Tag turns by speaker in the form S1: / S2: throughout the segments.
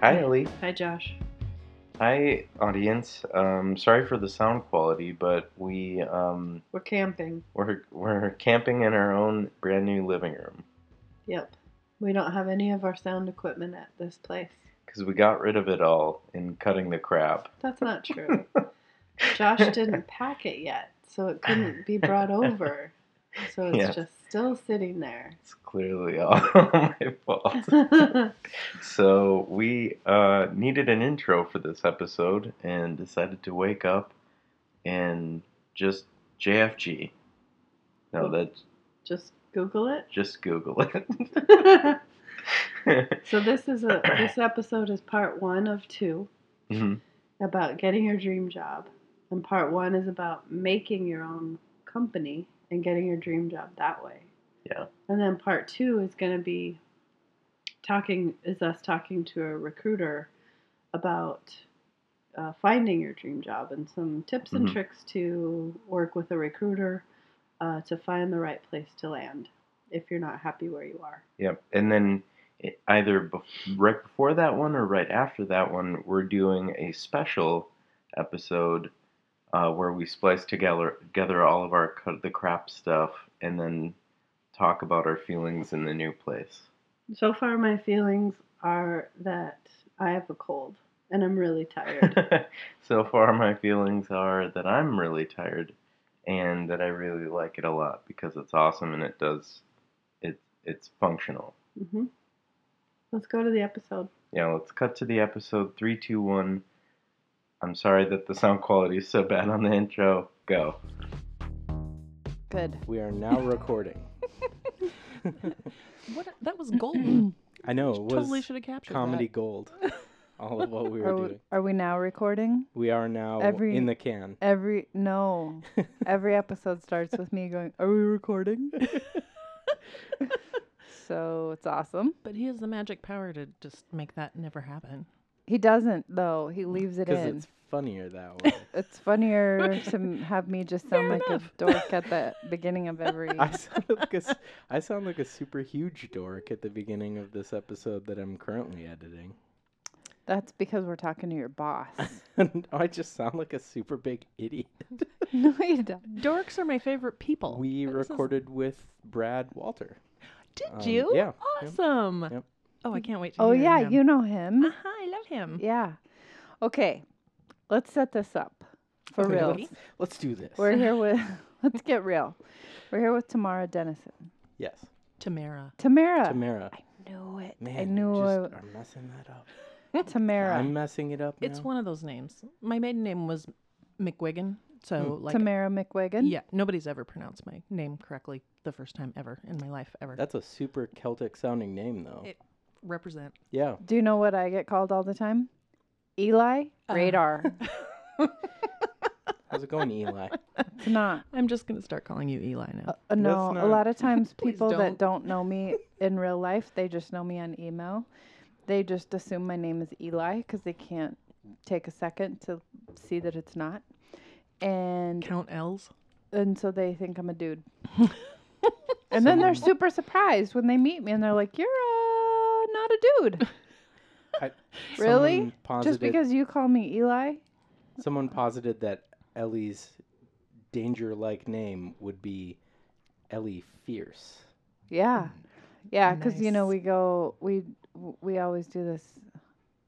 S1: Hi, Ellie.
S2: Hi, Josh.
S1: Hi, audience. Um, sorry for the sound quality, but we um,
S2: We're camping.
S1: we're we're camping in our own brand new living room
S2: Yep. We don't have any of our sound equipment at this place.
S1: because we got rid of it all in cutting the crap.
S2: That's not true. Josh didn't pack it yet, so it couldn't be brought over. So it's
S1: Yes.
S2: just still sitting there.
S1: It's clearly all my fault. So we uh, needed an intro for this episode and decided to wake up and just JFG. No, that's
S2: just Google it.
S1: just Google it. Mm-hmm.
S2: so this is a this episode is part one of two
S1: Mhm.
S2: about getting your dream job, and part one is about making your own company and getting your dream job that way.
S1: Yeah.
S2: And then part two is going to be talking is us talking to a recruiter about uh, finding your dream job and some tips and
S1: Mhm.
S2: tricks to work with a recruiter uh, to find the right place to land if you're not happy where you are.
S1: Yep. And then i- either bef- right before that one or right after that one, we're doing a special episode uh, where we splice together together all of our cut the crap stuff and then talk about our feelings in the new place.
S2: So far, my feelings are that I have a cold and I'm really tired.
S1: so far, my feelings are that I'm really tired, and that I really like it a lot because it's awesome and it does, it it's functional.
S2: hmm Let's go to the episode.
S1: Yeah, let's cut to the episode three, two, one. I'm sorry that the sound quality is so bad on the intro. Go.
S3: Good.
S4: We are now recording.
S3: What? That was golden.
S4: I know it was
S3: totally should have captured
S4: comedy gold. All of what we were
S5: Are we,
S4: doing.
S5: are we now recording?
S4: We are now
S5: Every-
S4: in the can.
S5: Every no, every episode starts with me going, "Are we recording?" so it's awesome.
S3: That. But he has the magic power to just make that never happen.
S5: He doesn't though. He leaves it
S4: Because
S5: in.
S4: it's funnier that way.
S5: It's funnier to m- have me just sound like a dork at the beginning of every.
S4: I sound like a, s- I sound like a super huge dork at the beginning of this episode that I'm currently editing.
S5: That's because we're talking to your boss.
S4: I just sound like a super big idiot.
S5: no, you don't.
S3: Dorks are my favorite people.
S4: We
S3: This is-
S4: recorded with Brad Walter.
S3: Did
S4: um,
S3: you?
S4: yeah, yep,
S3: Awesome.
S4: yep.
S3: Oh, I can't wait to.
S5: Oh
S3: hear
S5: yeah,
S3: him.
S5: you know him.
S3: Uh-huh, I love him.
S5: Yeah. Okay, let's set this up for
S4: Okay,
S5: real.
S4: let's- Let's do this.
S5: We're here with. let's get real. We're here with Tamara Dennison.
S4: yes,
S3: Tamara.
S5: Tamara.
S4: Tamara.
S5: knew it.
S4: Man,
S5: I knew
S4: you
S5: I-
S4: just are messing that up.
S5: Tamara.
S4: I'm messing it up.
S3: It's
S4: now.
S3: one of those names. My maiden name was McWiggin, so
S4: Hmm.
S3: like
S5: Tamara McWigan.
S3: yeah, nobody's ever pronounced my name correctly the first time ever in my life ever.
S4: That's a super Celtic sounding name, though.
S3: It- Represent.
S4: yeah.
S5: Do you know what I get called all the time? Eli Uh-huh. radar.
S4: How's it going, Eli?
S5: it's not.
S3: I'm just gonna start calling you Eli now.
S5: Uh, no, a
S4: not-
S5: lot of times people
S3: don't.
S5: that don't know me in real life, they just know me on email. They just assume my name is Eli because they can't take a second to see that it's not. And
S3: Count L's.
S5: and so they think I'm a dude. and then they're super surprised when they meet me and they're like, "You're uh, not a dude."
S4: I,
S5: Really?
S4: Someone posited,
S5: Just because you call me Eli?
S4: someone posited that Ellie's danger-like name would be Ellie Fierce. Mm.
S5: Yeah. Yeah, cuz you know
S3: Nice.
S5: we go we we always do this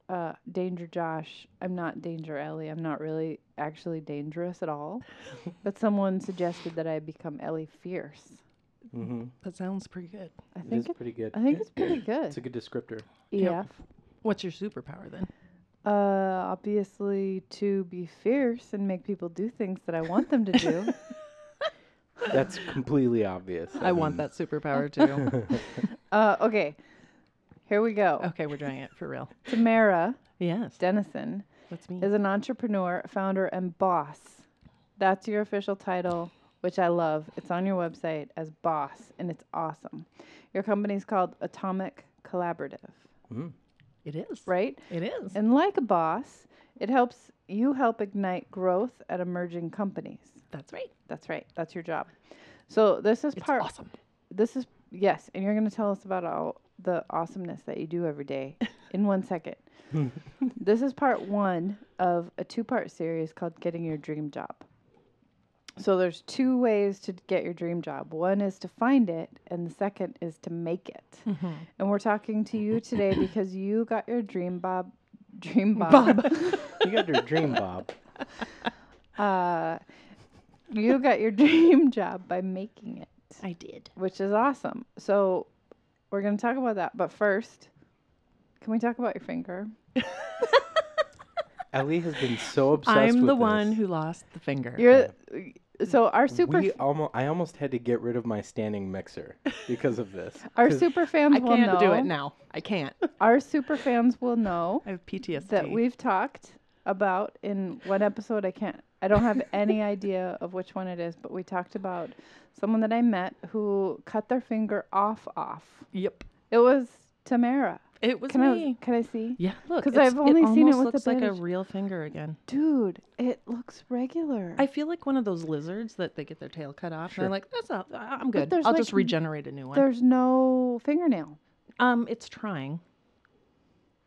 S5: uh danger Josh. I'm not danger Ellie. I'm not really actually dangerous at all. but someone suggested that I become Ellie Fierce.
S4: Mm-hmm.
S3: That sounds pretty good.
S5: I
S4: It is
S5: think it,
S4: pretty good.
S5: I think it's pretty
S4: it's
S5: good.
S4: a
S5: E
S4: good descriptor.
S3: Yep.
S5: EF.
S3: What's your superpower then?
S5: Uh obviously to be fierce and make people do things that I want them to do.
S4: That's completely obvious.
S3: I want that superpower too.
S5: uh okay. Here we go.
S3: okay, we're doing it for real.
S5: Tamara
S3: Yes,
S5: Dennison
S3: that's me.
S5: is an entrepreneur, founder, and boss. That's your official title, which I love. It's on your website as boss, and it's awesome. Your company's called Atomic Collaborative,
S3: It is.
S5: right?
S3: It is.
S5: And like a boss, it helps you help ignite growth at emerging companies.
S3: That's right.
S5: That's right. That's your job. So this is
S3: It's
S5: part.
S3: awesome.
S5: This is yes, and you're going to tell us about all the awesomeness that you do every day in one second. This is part one of a two part series called Getting Your Dream Job. So there's two ways to get your dream job. One is to find it, and the second is to make it. And we're talking to you today because you got your dream Bob dream Bob.
S4: You got your dream, Bob.
S5: Uh, you got your dream job by making it.
S6: I did.
S5: which is awesome. So we're going to talk about that. But first, can we talk about your finger?
S4: Ellie has been so obsessed
S3: I'm
S4: with
S3: the one
S4: this.
S3: who lost the finger.
S5: You're so our super
S4: We almost, I almost had to get rid of my standing mixer because of this.
S5: our
S4: 'Cause
S5: super
S3: I
S5: fans will
S3: can't
S5: know.
S3: do it now. I can't.
S5: Our super fans will know
S3: I have PTSD.
S5: that we've talked about in one episode. I can't. I don't have any idea of which one it is, but we talked about someone that I met who cut their finger off. Off.
S3: Yep.
S5: It was Tamara.
S3: It was
S5: Can
S3: me.
S5: I? Can I see?
S3: Yeah, look.
S5: 'Cause
S3: it's-
S5: I've only seen it
S3: almost
S5: with the
S3: looks like a
S5: bandage.
S3: real finger again.
S5: Dude, it looks regular.
S3: I feel like one of those lizards that they get their tail cut off, and
S4: Sure.
S3: I'm like, "That's not. I- I'm good.
S5: there's,
S3: I'll
S5: like,
S3: just regenerate a new one."
S5: There's no fingernail.
S3: Um, it's trying.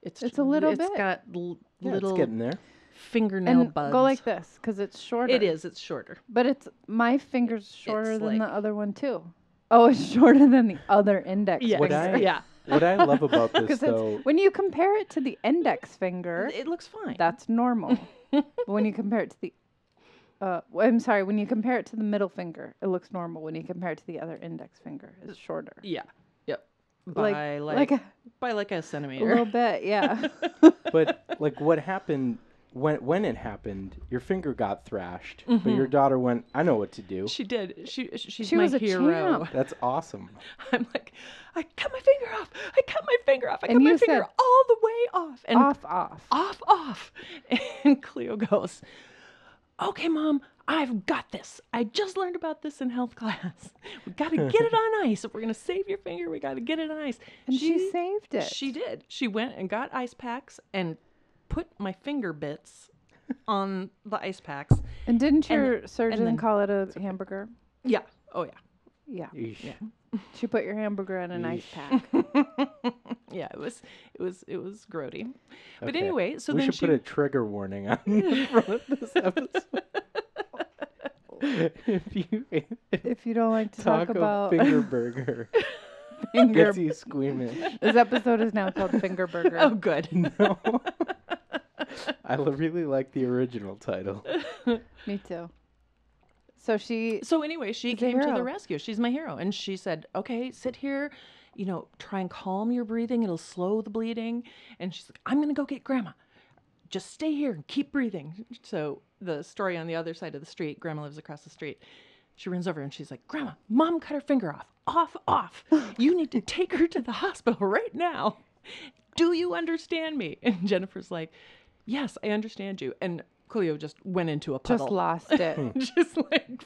S5: It's a little
S3: It's
S5: bit.
S3: got l-
S4: yeah,
S3: little
S4: It's getting there.
S3: fingernail
S5: and
S3: buds.
S5: go like this because it's shorter.
S3: It is. It's shorter.
S5: but it's my finger's shorter
S3: it's
S5: than
S3: like-
S5: the other one too. Oh, it's shorter than the other index.
S3: Yes.
S4: Would
S5: finger.
S4: I-
S3: Yeah.
S4: What I love about this,
S5: Because
S4: though,
S5: when you compare it to the index finger,
S3: It looks fine.
S5: that's normal. but when you compare it to the, uh, w- I'm sorry, when you compare it to the middle finger, it looks normal. When you compare it to the other index finger, it's shorter.
S3: yeah. Yep.
S5: Like-
S3: By like,
S5: Like, a,
S3: by like a
S5: a
S3: centimeter.
S5: little bit, yeah.
S4: but like what happened when when it happened, your finger got thrashed, but your daughter went, "I know what to do."
S3: She did. She she's
S5: She
S3: my
S5: was a
S3: hero.
S5: champ.
S4: That's awesome.
S3: I'm like, I cut my finger off. I cut my finger off. I
S5: And
S3: cut
S5: you
S3: my finger
S5: said-
S3: all the way off. And
S5: off, off.
S3: off, off. And Cleo goes, Okay, mom, I've got this. I just learned about this in health class. We got to get it on ice. If we're going to save your finger, we got to get it on ice.
S5: And she, saved it.
S3: She did. She went and got ice packs and put my finger bits on the ice packs.
S5: And didn't
S3: And-
S5: your surgeon
S3: then-
S5: call it a hamburger?
S3: Yeah. Oh, yeah.
S5: Yeah.
S4: Yeesh.
S5: She put your hamburger in an ice
S4: Yeesh.
S5: pack.
S3: Yeah, it was it was it was grody. But
S4: Okay.
S3: anyway, so
S4: we
S3: then
S4: should
S3: she
S4: put a trigger warning on the front of this episode. if you if
S5: if you don't like to talk,
S4: talk
S5: about
S4: finger burger,
S5: finger-
S4: gets you squeamish.
S5: this episode is now called Finger Burger.
S3: Oh good.
S4: No, I l- really like the original title.
S5: Me too. So she
S3: So anyway, she
S5: She's a
S3: came to
S5: hero.
S3: the rescue. She's my hero, and she said, "Okay, sit here, you know, try and calm your breathing. It'll slow the bleeding." And she's like, "I'm gonna go get Grandma. Just stay here and keep breathing." So the story on the other side of the street, Grandma lives across the street. She runs over and she's like, "Grandma, Mom cut her finger off. Off, off. You need to take her to the hospital right now. Do you understand me?" And Jennifer's like, "Yes, I understand you." And Cleo just went into a puddle
S5: just lost it.
S3: just like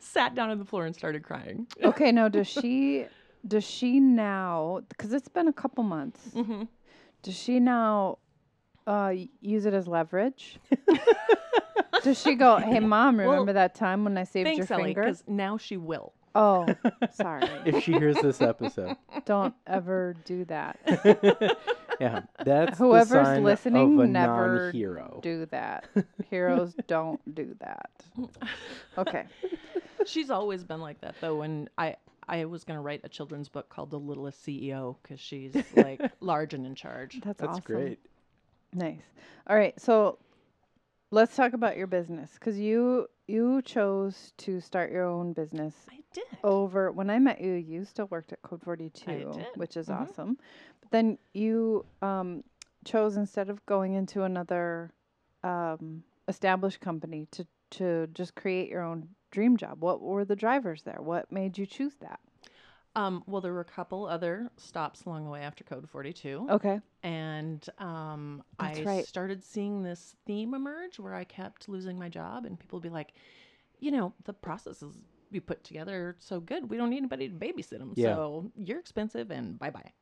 S3: sat down on the floor and started crying.
S5: okay, now does she does she now because it's been a couple months.
S3: Mm-hmm.
S5: Does she now uh, y- use it as leverage? does she go, "Hey mom, remember that time when I saved
S3: Thanks,
S5: your
S3: Ellie,
S5: finger?"
S3: because now she will.
S5: Oh, sorry.
S4: If she hears this episode,
S5: Don't ever do that.
S4: yeah, that's
S5: Whoever's
S4: the sign
S5: listening,
S4: of a
S5: never
S4: non-hero.
S5: do that. Heroes don't do that. Okay.
S3: She's always been like that though. And I, I was gonna write a children's book called The Littlest CEO because she's like large and in charge.
S5: That's,
S4: That's
S5: awesome.
S4: great.
S5: Nice. All right. So let's talk about your business because you you chose to start your own business
S3: I did.
S5: over when I met you. You still worked at Code Forty Two,
S3: did. Mm-hmm.
S5: which is awesome. But then you um, chose instead of going into another um, established company to to just create your own dream job. What were the drivers there? What made you choose that?
S3: Um, well, there were a couple other stops along the way after Code 42,
S5: Okay.
S3: and um,
S5: That's
S3: I
S5: right.
S3: started seeing this theme emerge where I kept losing my job, and people would be like, you know, the processes you put together are so good. We don't need anybody to babysit them.
S4: Yeah.
S3: So you're expensive, and bye bye.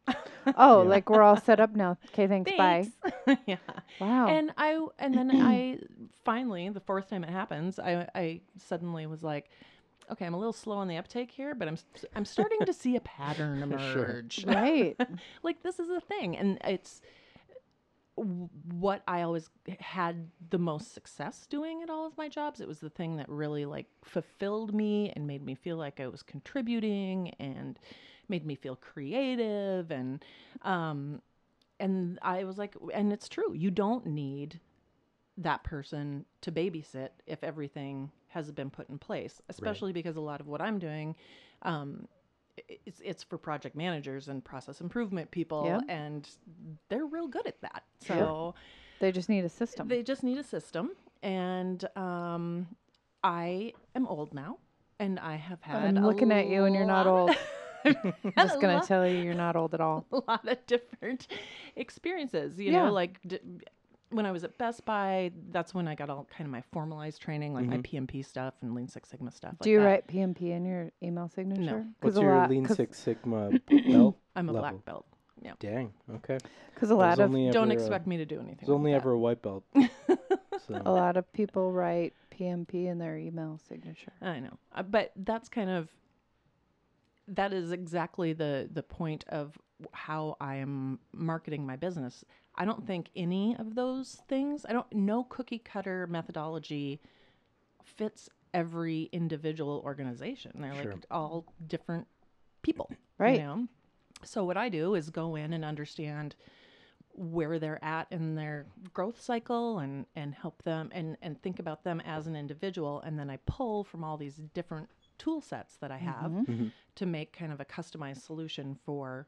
S5: Oh,
S4: Yeah.
S5: like we're all set up now. Okay, thanks. Bye. Oh.
S3: yeah.
S5: Wow.
S3: And I and then I finally the fourth time it happens, I I suddenly was like, okay, I'm a little slow on the uptake here, but I'm s- I'm starting to see a pattern
S4: Sure.
S3: emerge.
S5: right.
S3: like this is a thing, and it's w- what I always had the most success doing at all of my jobs. It was the thing that really like fulfilled me and made me feel like I was contributing and made me feel creative and um and I was like and it's true. You don't need that person to babysit if everything has been put in place, especially because a lot of what I'm doing um i- it's it's for project managers and process improvement people
S5: Yeah.
S3: and they're real good at that.
S5: Sure.
S3: So
S5: They just need a system.
S3: they just need a system. And um, I am old now, and I have had.
S5: I'm
S3: a
S5: looking at you and you're not
S3: lot-
S5: old.
S3: I'm
S5: I'm just gonna tell you, you're not old at all.
S3: a lot of different experiences. You
S5: Yeah.
S3: know, like d- when I was at Best Buy, that's when I got all kind of my formalized training,
S4: Mm-hmm.
S3: like my PMP stuff and Lean Six Sigma stuff.
S5: Do
S3: like
S5: you
S3: that.
S5: write PMP in your email signature? 'Cause
S4: What's
S5: a
S4: your
S5: lot-
S4: Lean
S5: 'cause-
S4: Six Sigma belt?
S3: I'm a
S4: level?
S3: black belt.
S4: Dang. Okay.
S5: Because a
S4: I
S5: lot
S4: was
S5: of
S4: only
S3: Don't
S4: ever a-
S3: expect me to do anything.
S4: I was only
S3: like
S4: ever a white belt. so.
S5: a lot of people write PMP in their email signature.
S3: that. I know, Uh, but that's kind of that is exactly the the point of how I am marketing my business. I don't think any of those things, I don't no cookie cutter methodology fits every individual organization. They're
S4: Sure.
S3: like all different people. you
S5: Right.
S3: know? So what I do is go in and understand where they're at in their growth cycle and and help them and and think about them as an individual and then I pull from all these different tool sets that I have
S5: Mhm.
S3: to make kind of a customized solution for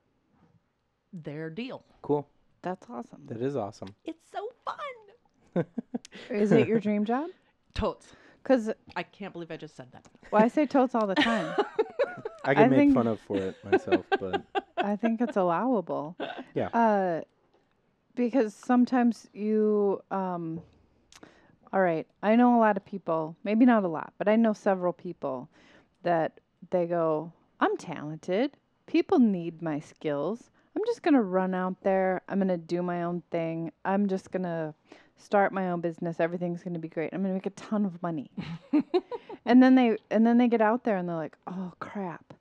S3: their deal.
S4: Cool.
S5: That's awesome.
S4: That is awesome.
S3: It's so fun.
S5: Is it your dream job?
S3: Totes.
S5: Because
S3: I can't believe I just said that.
S5: well, I say totes all the time.
S4: I get
S5: I
S4: made
S5: think-
S4: fun of for it myself, but
S5: I think it's allowable.
S4: Yeah.
S5: Uh, because sometimes you, um, all right, I know a lot of people, maybe not a lot, but I know several people that they go, I'm talented. People need my skills. I'm just going to run out there. I'm going to do my own thing. I'm just going to start my own business. Everything's going to be great. I'm going to make a ton of money. and then they and then they get out there and they're like, "Oh crap.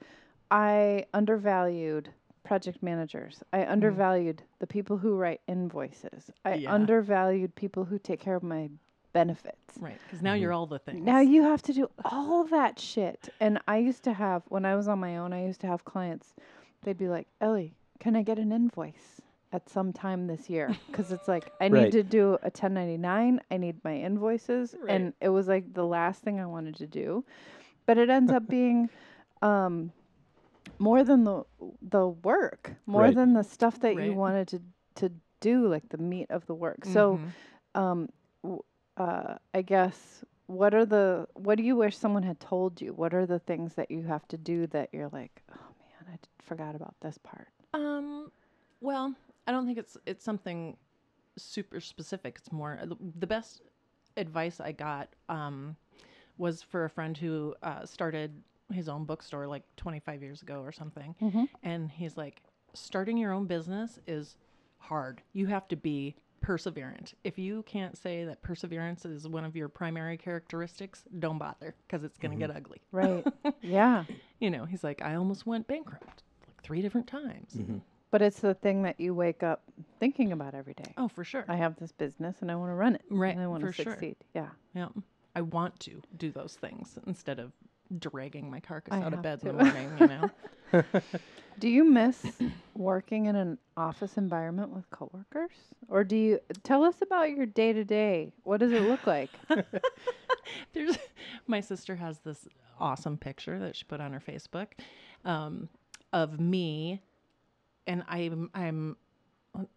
S5: I undervalued project managers. I undervalued the people who write invoices. I
S3: Yeah.
S5: undervalued people who take care of my benefits.
S3: Right. Because now you're all the things.
S5: Mm-hmm. Now you have to do all that shit. And I used to have, when I was on my own, I used to have clients. They'd be like, Ellie, can I get an invoice at some time this year? Because it's like, I
S4: Right.
S5: need to do a 1099. I need my invoices.
S3: Right.
S5: And it was like the last thing I wanted to do. But it ends up being um, more than the, the work, more
S4: Right.
S5: than the stuff that you
S3: Right.
S5: wanted to, to do, like the meat of the work. So,
S3: Mhm.
S5: um, w- uh, I guess what are the what do you wish someone had told you? What are the things that you have to do that you're like, oh man, I d- forgot about this part.
S3: um well, I don't think it's it's something super specific. It's more uh, the- the best advice I got um was for a friend who uh, started his own bookstore like 25 years ago or something.
S5: Mhm.
S3: And he's like, starting your own business is hard. You have to be perseverant. If you can't say that perseverance is one of your primary characteristics, don't bother because it's going to get ugly.
S5: Right. yeah.
S3: You know, he's like, I almost went bankrupt like three different times.
S5: But it's the thing that you wake up thinking about every day.
S3: Oh, for sure.
S5: I have this business and I want to run it.
S3: Right,
S5: And I want to
S3: for sure.
S5: succeed. Yeah.
S3: yeah. I want to do those things instead of dragging my carcass
S5: I
S3: out of
S5: have
S3: bed in
S5: to.
S3: the morning, you know?
S5: Do you miss working in an office environment with coworkers? Or do you tell us about your day to day? What does it look like?
S3: There's my sister has this awesome picture that she put on her Facebook um, of me, and I'm I'm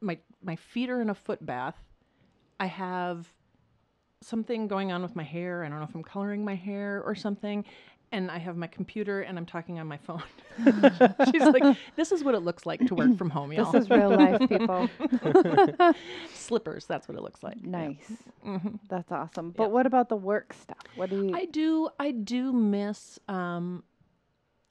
S3: my my feet are in a foot bath. I have something going on with my hair. I don't know if I'm coloring my hair or something. And I have my computer and I'm talking on my phone. She's like, this is what it looks like to work from home, y'all.
S5: this is real life, people.
S3: Slippers, that's what it looks like.
S5: Nice.
S4: Mm-hmm.
S3: hmm
S5: That's awesome. But what about the work stuff? What do you?
S3: I do. I do miss. Um,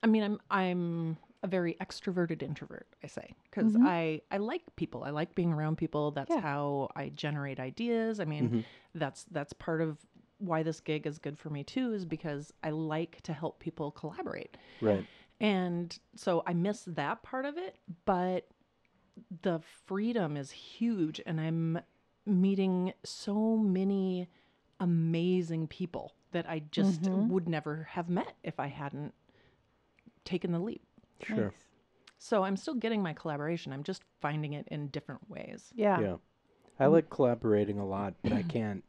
S3: I mean, I'm I'm a very extroverted introvert. I say because
S5: Mhm.
S3: I I like people. I like being around people. That's
S5: Yeah.
S3: how I generate ideas. I mean, that's that's part of why this gig is good for me too. Is because I like to help people collaborate.
S4: right.
S3: And so I miss that part of it, but the freedom is huge and i'm meeting so many amazing people that i just
S4: Mm-hmm.
S5: Mhm.
S3: would never have met if i hadn't taken the leap
S4: Sure.
S5: Nice.
S3: so i'm still getting my collaboration i'm just finding it in different ways
S5: Yeah.
S4: Yeah. I like collaborating a lot, but I can't.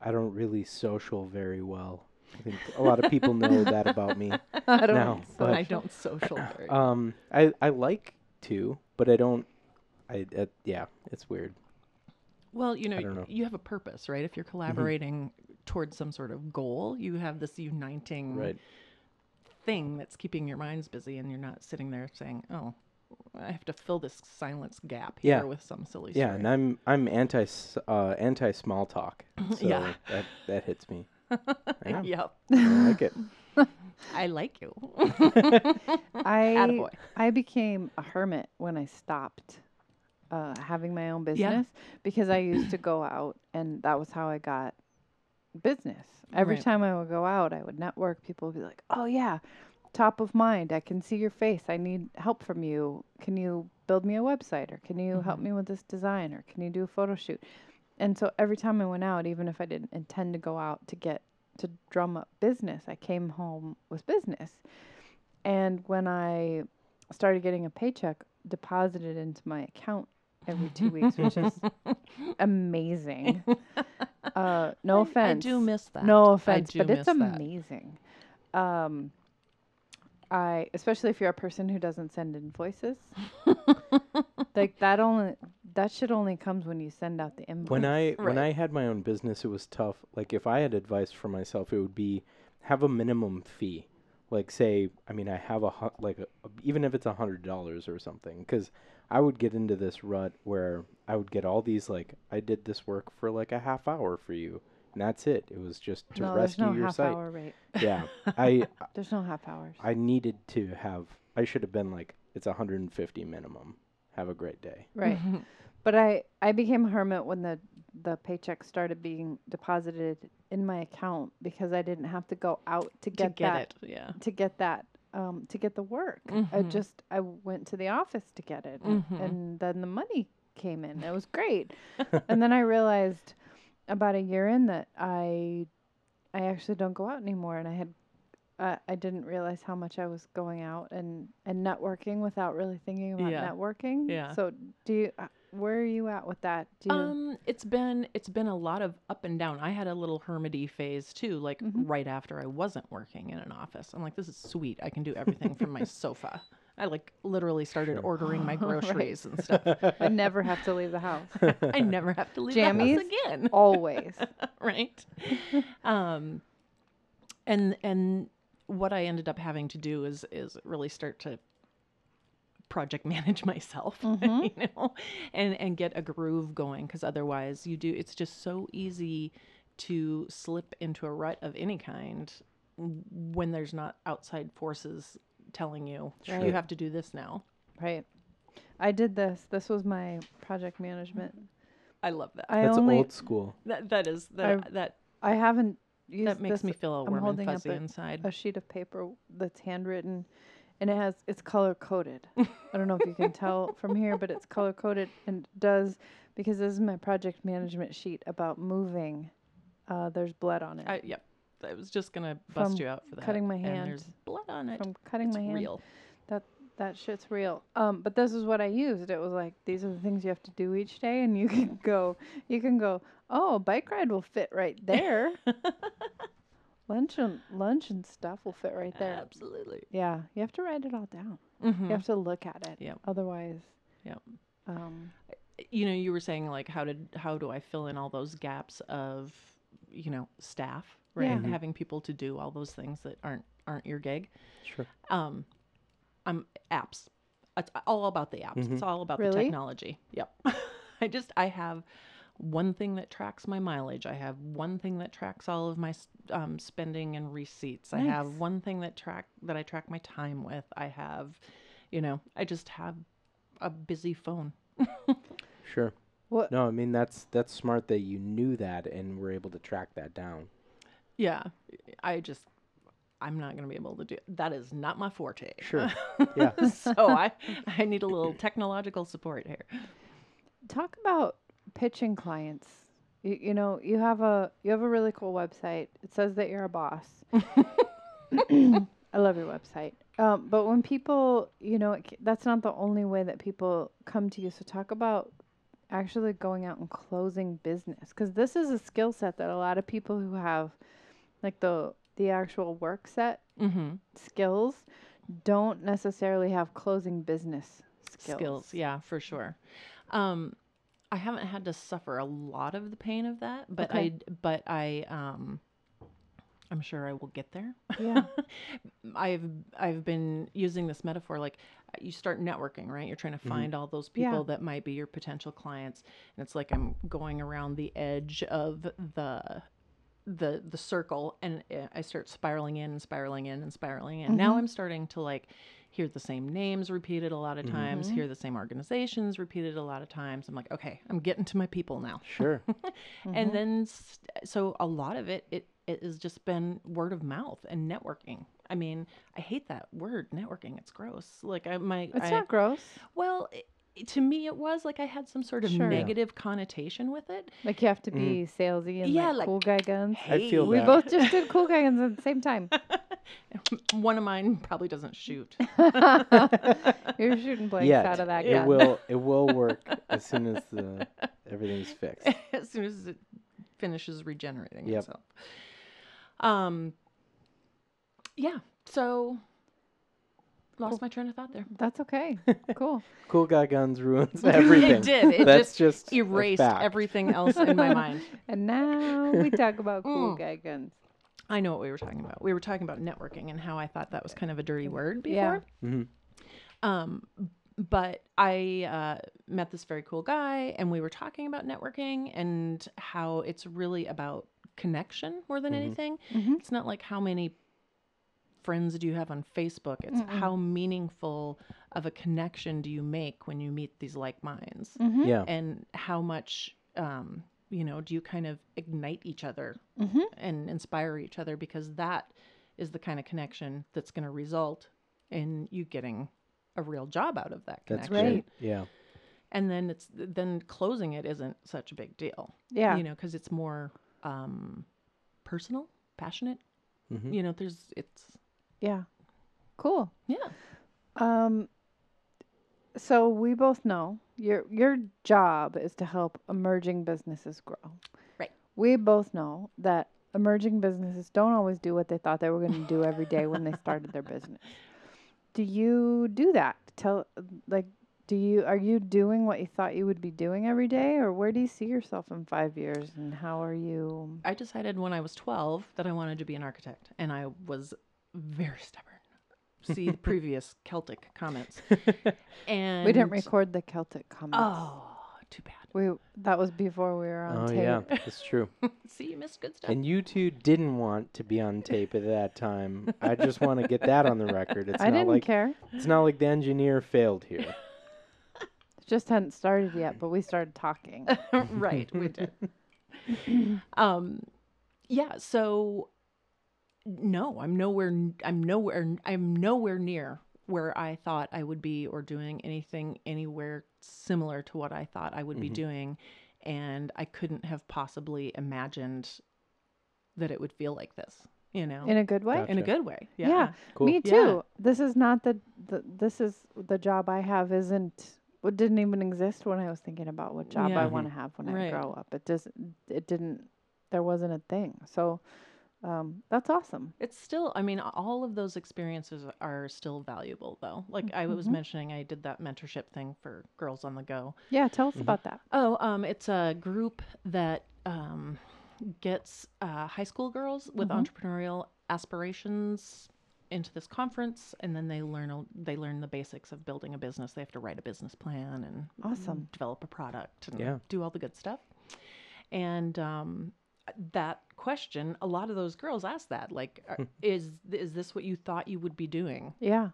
S4: I don't really social very well. I think a lot of people know that about me.
S5: I don't
S4: No, but-
S3: i don't social very
S4: Um, I I like to, but I don't. I uh, yeah, it's weird.
S3: Well, you know,
S4: don't know. Mm-hmm.
S3: you have a purpose, right? If you're collaborating towards some sort of goal, you have this uniting thing that's keeping your minds busy, and you're not sitting there saying, "Oh, I have to fill this silence gap here
S4: Yeah.
S3: with some silly
S4: Yeah,
S3: story."
S4: and I'm I'm anti s- uh, anti small talk. So
S3: Yeah.
S4: that that hits me. Yeah,
S3: yep,
S4: I don't like it.
S3: I like you.
S5: I
S3: Attaboy.
S5: I became a hermit when I stopped uh, having my own business because I used to go out and that was how I got business. Every
S3: Right.
S5: time I would go out, I would network. People would be like, "Oh yeah, top of mind. I can see your face. I need help from you. Can you build me a website or can you help me with this design or can you do a photo shoot?" And so every time I went out, even if I didn't intend to go out to get to drum up business, I came home with business. And when I started getting a paycheck deposited into my account every two weeks, which is amazing. Uh, no offense.
S3: I do miss that.
S5: No
S3: I
S5: offense,
S3: do
S5: but it's
S3: miss that.
S5: amazing. Um, I especially if you're a person who doesn't send invoices, like that only that shit only comes when you send out the invoice.
S4: When I when
S3: Right.
S4: I had my own business, it was tough. Like if I had advice for myself, it would be have a minimum fee. Like say, I mean, I have a hu- like a, even if it's a hundred dollars or something, because I would get into this rut where I would get all these like I did this work for like a half hour for you, and that's it. It was just to
S5: no, there's
S4: rescue
S5: no
S4: your
S5: half
S4: site.
S5: hour rate.
S4: Yeah, I
S5: There's no half hours.
S4: I needed to have. I should have been like it's a hundred and fifty minimum. Have a great day.
S5: Right. But I, I became a hermit when the, the paycheck started being deposited in my account because I didn't have to go out to
S3: to
S5: get,
S3: get
S5: that
S3: it. Yeah.
S5: to get that um, to get the work. I
S3: Mhm.
S5: just I went to the office to get it
S3: Mhm.
S5: and then the money came in. It was great. and then I realized about a year in that I I actually don't go out anymore and I had uh, I didn't realize how much I was going out and, and networking without really thinking about
S3: Yeah.
S5: networking.
S3: Yeah.
S5: So do you uh, where are you at with that? Do you
S3: Um, it's been it's been a lot of up and down. I had a little hermity phase too, like
S5: Mhm.
S3: right after I wasn't working in an office. I'm like, this is sweet. I can do everything from my sofa. I like literally started
S4: Sure.
S3: ordering my
S5: Right.
S3: groceries and stuff.
S5: I never have to leave the house.
S3: I never have to leave the house
S5: Jammies?
S3: again,
S5: Always.
S3: right? um, and and what I ended up having to do is is really start to project manage myself,
S5: Mhm.
S3: you know, and and get a groove going because otherwise you do it's just so easy to slip into a rut of any kind when there's not outside forces telling you you
S5: Right.
S3: have to do this now.
S5: Right. I did this. This was my project management.
S3: I love that.
S5: I
S4: That's
S5: only
S4: old school.
S3: that that is that
S5: I-
S3: that
S5: I haven't used
S3: that makes
S5: this-
S3: me feel all
S5: I'm
S3: warm and
S5: holding up
S3: fuzzy
S5: a-
S3: inside.
S5: a sheet of paper that's handwritten and it has it's color coded. I don't know if you can tell from here, but it's color coded and does because this is my project management sheet about moving. Uh, there's blood on it
S3: I, yep. I was just gonna bust
S5: From
S3: you out for that.
S5: cutting my
S3: And there's
S5: hand.
S3: blood on it.
S5: from cutting
S3: it's
S5: my hand.
S3: real.
S5: That shit's real. Um, but this is what I used. It was like these are the things you have to do each day, and you can go, you can go. Oh, a bike ride will fit right there. lunch and lunch and stuff will fit right there. Mm-hmm.
S3: Absolutely.
S5: Yeah, you have to write it all down.
S3: Mhm.
S5: You have to look at it.
S3: Yep.
S5: Otherwise.
S3: Yep.
S5: Um,
S3: You know, you were saying like, how did how do I fill in all those gaps of you know staff, right?
S5: Yeah.
S4: Mhm.
S3: Having people to do all those things that aren't aren't your gig.
S4: Sure.
S3: Um, I'm apps. It's all about the apps. It's all about the
S5: Really?
S3: technology. Yep. I just I have one thing that tracks my mileage. I have one thing that tracks all of my s- um, spending and receipts. I have
S5: Nice.
S3: one thing that track that I track my time with. I have, you know, I just have a busy phone.
S4: Sure.
S5: what?
S4: No, I mean that's that's smart that you knew that and were able to track that down.
S3: Yeah, I just I'm not going to be able to do that is not my forte.
S4: Sure. Yeah.
S3: so I I need a little technological support here.
S5: talk about pitching clients you, you know you have a you have a really cool website it says that you're a boss i love your website um, but when people you know it, c- that's not the only way that people come to you so talk about actually going out and closing business because this is a skill set that a lot of people who have like the the actual work set
S3: Mhm.
S5: skills don't necessarily have closing business skills,
S3: Skills. yeah, for sure. Um I haven't had to suffer a lot of the pain of that, but
S5: Okay.
S3: I but I um I'm sure I will get there.
S5: yeah
S3: I've I've been using this metaphor like you start networking, right? You're trying to
S4: Mhm.
S3: find all those
S5: Yeah.
S3: people that might be your potential clients, and it's like I'm going around the edge of the the the circle, and uh, I start spiraling in and spiraling in and spiraling in. Now I'm starting to like hear the same names repeated a lot of times, hear the same organizations repeated a lot of times. I'm like, okay, I'm getting to my people now
S4: Sure.
S5: Mm-hmm.
S3: and then st- so a lot of it it it has just been word of mouth and networking i mean i hate that word networking it's gross like i my
S5: it's
S3: I,
S5: not gross
S3: well it, it- to me it was like i had some sort of
S5: Sure. Yeah.
S3: negative connotation with it
S5: Like you have to
S4: Mhm.
S5: be salesy and
S3: Yeah,
S5: like,
S3: like,
S5: cool guy guns.
S4: I feel
S3: Hey.
S5: We
S4: that.
S5: both just did cool guy guns at the same time.
S3: one of mine probably doesn't shoot
S5: You're shooting blanks
S4: Yet,
S5: out of that
S4: it
S5: gun.
S4: will it will work as soon as the everything's fixed.
S3: as soon as it finishes regenerating
S4: Yep.
S3: itself. Um, yeah. So lost my train of thought there.
S5: That's okay. Cool.
S4: Cool guy guns ruins everything.
S3: it did. It
S4: That's
S3: just,
S4: just a
S3: erased
S4: fact.
S3: everything else in my mind.
S5: And now we talk about cool
S3: Mm.
S5: guy guns.
S3: I know what we were talking about. We were talking about networking and how I thought that was kind of a dirty word before.
S5: Yeah.
S4: Mhm.
S3: Um, but I uh, met this very cool guy, and we were talking about networking and how it's really about connection more than
S4: Mhm.
S3: anything.
S5: Mhm.
S3: It's not like how many friends do you have on Facebook, it's
S5: Mm-mm.
S3: how meaningful of a connection do you make when you meet these like minds,
S5: Mm-hmm.
S4: Yeah.
S3: and how much, um, you know, do you kind of ignite each other
S5: Mm-hmm.
S3: and inspire each other because that is the kind of connection that's going to result in you getting a real job out of that
S4: That's
S3: connection.
S4: great.
S5: Right.
S4: Yeah.
S3: And then it's then closing it isn't such a big deal.
S5: Yeah.
S3: You know, because it's more um, personal, passionate.
S4: Mhm.
S3: You know, there's it's
S5: Yeah. Cool.
S3: yeah.
S5: Um so we both know your your job is to help emerging businesses grow.
S3: Right.
S5: We both know that emerging businesses don't always do what they thought they were going to do every day when they started their business. Do you do that? Tell like do you are you doing what you thought you would be doing every day or where do you see yourself in 5 years and how are you
S3: I decided when I was 12 that I wanted to be an architect, and I was very stubborn. See the previous Celtic comments. And
S5: We didn't record the Celtic comments.
S3: Oh, too bad.
S5: We that was before we were on
S4: Oh
S5: tape.
S4: yeah, that's true.
S3: See, you missed good stuff.
S4: And you two didn't want to be on tape at that time. I just want to get that on the record. It's
S5: I
S4: not
S5: didn't
S4: like
S5: care.
S4: it's not like the engineer failed here.
S5: It just hadn't started yet, but we started talking.
S3: right, we did. um, yeah. So, no, I'm nowhere. n- I'm nowhere. I'm nowhere near where I thought I would be, or doing anything anywhere similar to what I thought I would be
S4: Mhm.
S3: doing, and I couldn't have possibly imagined that it would feel like this. You know,
S5: In a good way.
S4: Gotcha.
S3: in a good way.
S5: Yeah.
S3: Yeah.
S4: Cool.
S5: Me
S3: Yeah.
S5: too. This is not the, the this is the job I have isn't what didn't even exist when I was thinking about what job I
S3: Yeah.
S5: want to have when I
S3: Right.
S5: grow up. It just it didn't there wasn't a thing. So um that's awesome.
S3: It's still, I mean, all of those experiences are still valuable though. Like I was
S5: Mhm.
S3: mentioning, I did that mentorship thing for Girls on the Go.
S5: Yeah, tell us
S4: Mhm.
S5: about that.
S3: Oh, um, it's a group that um, gets uh, high school girls with
S5: Mhm.
S3: entrepreneurial aspirations into this conference, and then they learn a- they learn the basics of building a business. They have to write a business plan and
S5: Awesome.
S3: develop a product and
S4: Yeah.
S3: do all the good stuff. And um, that question, a lot of those girls ask "Uh, that, like, are- is is this what you thought you would be doing?
S5: Yeah.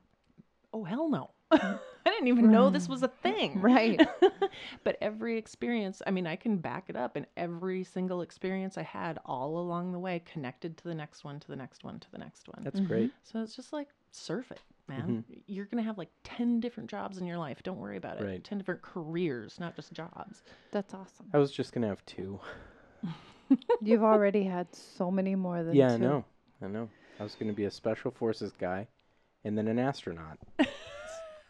S3: Oh hell no! I didn't even know this was a thing.
S5: Right.
S3: but every experience, I mean, I can back it up, and every single experience I had all along the way connected to the next one, to the next one, to the next one.
S4: That's
S5: Mhm.
S4: great.
S3: so it's just like surf it, man.
S4: Mm-hmm.
S3: You're going to have like 10 different jobs in your life. Don't worry about it.
S4: Right.
S3: 10 different careers, not just jobs.
S5: That's awesome.
S4: I was just gonna have two.
S5: You've already had so many more than
S4: yeah, I
S5: two.
S4: know. I know. I was gonna be a special forces guy, and then an astronaut.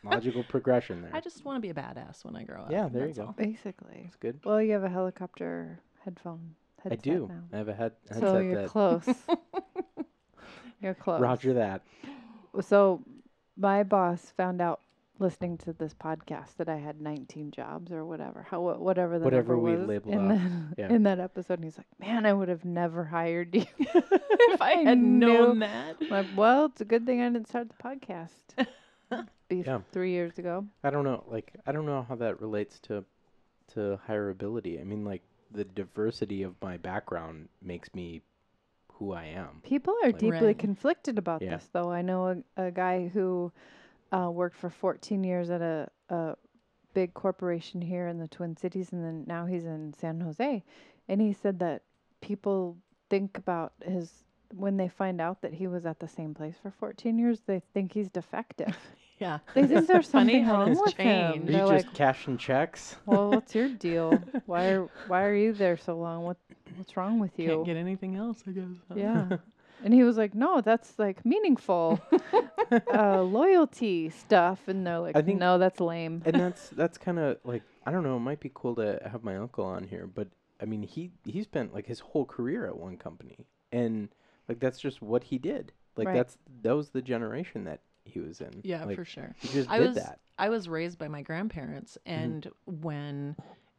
S4: Logical progression there.
S3: I just want to be a badass when I grow up.
S4: Yeah, there you
S3: that's
S4: go.
S3: all.
S5: Basically.
S4: That's good.
S5: Well, you have a helicopter headphone.
S4: I
S5: Headset
S4: do.
S5: Now.
S4: I have a head headset
S5: So you're
S4: that.
S5: close. you're close.
S4: Roger that.
S5: So my boss found out listening to this podcast that I had 19 jobs or whatever. How wha- whatever the
S4: Whatever
S5: number
S4: we
S5: was
S4: label
S5: in
S4: up.
S5: that
S4: Yeah.
S5: in that episode. And he's like, "Man, I would have never hired you."
S3: if I had known that.
S5: I'm like, well, it's a good thing I didn't start the podcast. Be
S4: Yeah.
S5: three years ago.
S4: I don't know. Like, I don't know how that relates to to hireability. I mean, like, the diversity of my background makes me who I am.
S5: People are
S4: Like-
S5: deeply
S3: Right.
S5: conflicted about
S4: Yeah.
S5: this, though. I know a, a guy who uh, worked for 14 years at a, a big corporation here in the Twin Cities, and then now he's in San Jose. And he said that people think about his when they find out that he was at the same place for 14 years, they think he's defective.
S3: Yeah.
S5: They think there's something
S3: Funny how
S5: wrong
S3: it's
S5: with him.
S3: changed.
S4: Are
S5: They're
S4: you
S5: like,
S4: just cashing checks?
S5: well, what's your deal? Why are why are you there so long? What what's wrong with you?
S3: Can't get anything else, I guess. huh?
S5: Yeah. And he was like, no, that's like meaningful uh, loyalty stuff. And they're like,
S4: I think-
S5: no, that's lame.
S4: and that's that's kind of like I don't know. It might be cool to have my uncle on here, but I mean, he he spent like his whole career at one company, and like that's just what he did. Like
S5: Right.
S4: that's that was the generation that he was in.
S3: Yeah,
S4: Like,
S3: for sure.
S4: He just
S3: I
S4: did
S3: was
S4: that.
S3: I was raised by my grandparents, and when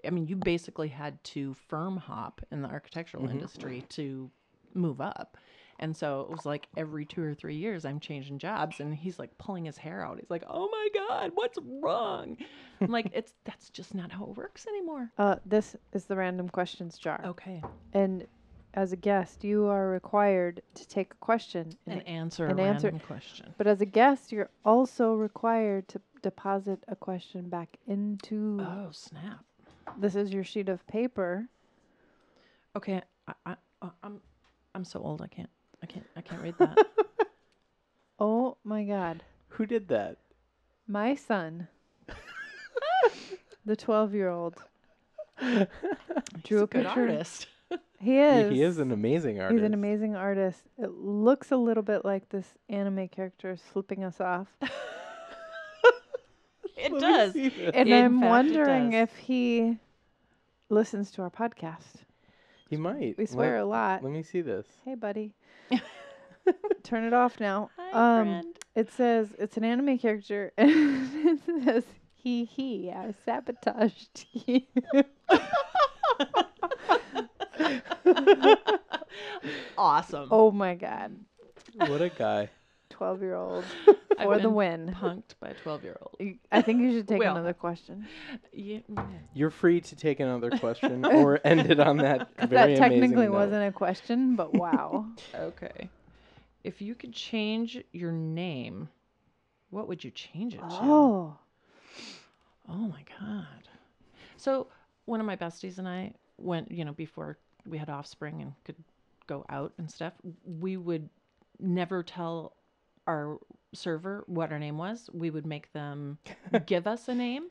S3: I mean, you basically had to firm hop in the architectural industry to move up. And so it was like every two or three years, I'm changing jobs, and he's like pulling his hair out. He's like, "Oh my god, what's wrong?" I'm like, "It's that's just not how it works anymore."
S5: Uh, this is the random questions jar.
S4: Oh.
S3: Okay,
S5: And as a guest, you are required to take a question. And,
S3: and answer
S5: and
S3: a
S5: answer-
S3: random question.
S5: but as a guest, you're also required to deposit a question back into
S3: Oh snap!
S5: this is your sheet of paper.
S3: Okay, I, I, I- I'm I'm so old. I can't I can't I can't read that.
S5: Oh my God.
S4: Who did that?
S5: My son, the 12 year old, drew
S3: He's
S5: a
S3: good
S5: picture.
S3: artist.
S5: He
S4: He-
S5: is.
S4: He is an amazing artist.
S5: He's an amazing artist. It looks a little bit like this anime character slipping us off.
S4: Let
S3: It
S4: me
S3: does.
S4: see this.
S5: And
S3: In
S5: I'm
S3: fact, it
S5: wondering
S3: does.
S5: if he listens to our podcast.
S4: He might.
S5: We swear
S4: Let,
S5: a lot.
S4: let me see this.
S5: Hey, buddy. Turn it off now.
S3: Hi,
S5: um,
S3: friend.
S5: It says it's an anime character, and it says he he I sabotaged you.
S3: awesome.
S5: oh my god,
S4: What a guy.
S5: twelve year old
S3: I've
S5: for the
S3: been
S5: win.
S3: Punked by twelve year old.
S5: You- I think you should take
S3: Well.
S5: another question.
S3: Yeah.
S4: You're free to take another question or end it on that very
S5: that
S4: amazing
S5: technically
S4: note.
S5: wasn't a question, but wow.
S3: Okay. If you could change your name, what would you change it to?
S5: oh,
S3: Oh my god. So one of my besties and I went, you know, before we had offspring and could go out and stuff, we would never tell our server what our name was. We would make them give us a name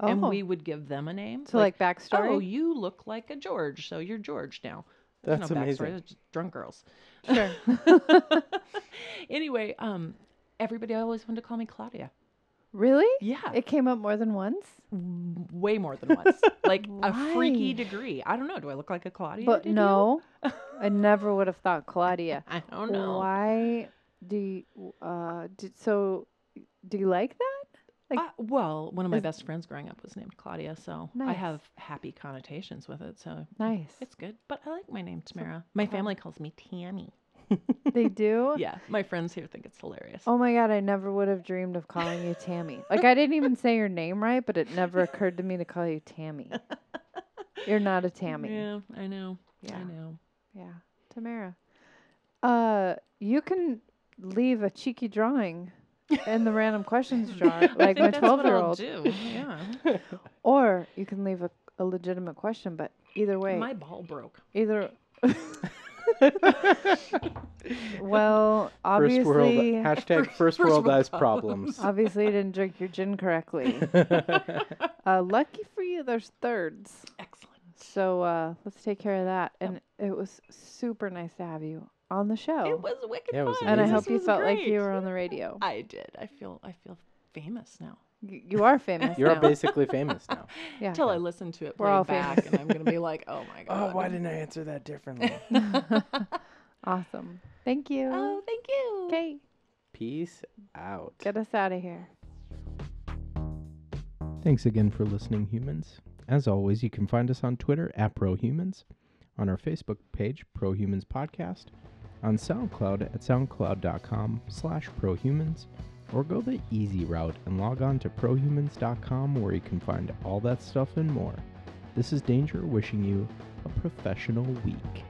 S3: and
S5: Oh.
S3: we would give them a name.
S5: so like, backstory.
S3: Oh, you look like a George, so you're George now. There's
S4: That's
S3: no backstory,
S4: amazing.
S3: it's just drunk girls.
S5: sure.
S3: anyway, um, everybody always wanted to call me Claudia.
S5: really?
S3: Yeah,
S5: It came up more than once.
S3: w- way more than once. Like a freaky
S5: Why?
S3: degree. I don't know. Do I look like a Claudia?
S5: but
S3: did you?
S5: no, I never would have thought Claudia.
S3: I don't know.
S5: Why do you, uh do, so? Do you like that? Like-
S3: Uh, well, one of my
S5: Is-
S3: best friends growing up was named Claudia, so I
S5: Nice.
S3: have happy connotations with it. So
S5: Nice.
S3: it's good. But I like my name Tamara. My family calls me Tammy.
S5: they do.
S3: Yeah, my friends here think it's hilarious.
S5: Oh my god, I never would have dreamed of calling you Tammy. Like I didn't even say your name right, but it never occurred to me to call you Tammy. You're not a Tammy.
S3: Yeah, I know.
S5: Yeah.
S3: I know.
S5: Yeah, Tamara. Uh, you can leave a cheeky drawing in the random questions jar,
S3: I
S5: like
S3: think
S5: my
S3: that's what I'll
S5: 12 year old.
S3: do. Yeah.
S5: Or you can leave a, a legitimate question, but either way,
S3: My ball broke.
S5: either. well, obviously,
S4: first world hashtag first,
S3: First world
S4: world eyes problems.
S5: obviously, you didn't drink your gin correctly. Uh, lucky for you, there's thirds.
S3: Excellent.
S5: So uh, let's take care of that. And it was super nice to have you on the show.
S3: It was wicked
S4: Yeah, it was
S3: fun.
S5: Oh. and I
S4: amazing.
S5: hope
S3: This
S5: you
S3: was
S5: felt like you
S3: great.
S5: were on the radio.
S3: I did. I feel. I feel famous now.
S5: Y- you are famous.
S4: You're
S5: now.
S4: basically famous now.
S5: Yeah.
S3: Until I listen to it
S5: We're
S3: play
S5: all
S3: back,
S5: famous.
S3: and I'm gonna be like, oh my god.
S4: didn't I answer that differently?
S5: awesome. Thank you.
S3: Oh, thank you.
S5: okay.
S4: Peace out.
S5: Get us out of here.
S4: Thanks again for listening, humans. As always, you can find us on Twitter at ProHumans, on our Facebook page, ProHumans Podcast, on SoundCloud at soundcloud.com slash ProHumans, or go the easy route and log on to ProHumans.com where you can find all that stuff and more. This is Danger wishing you a professional week.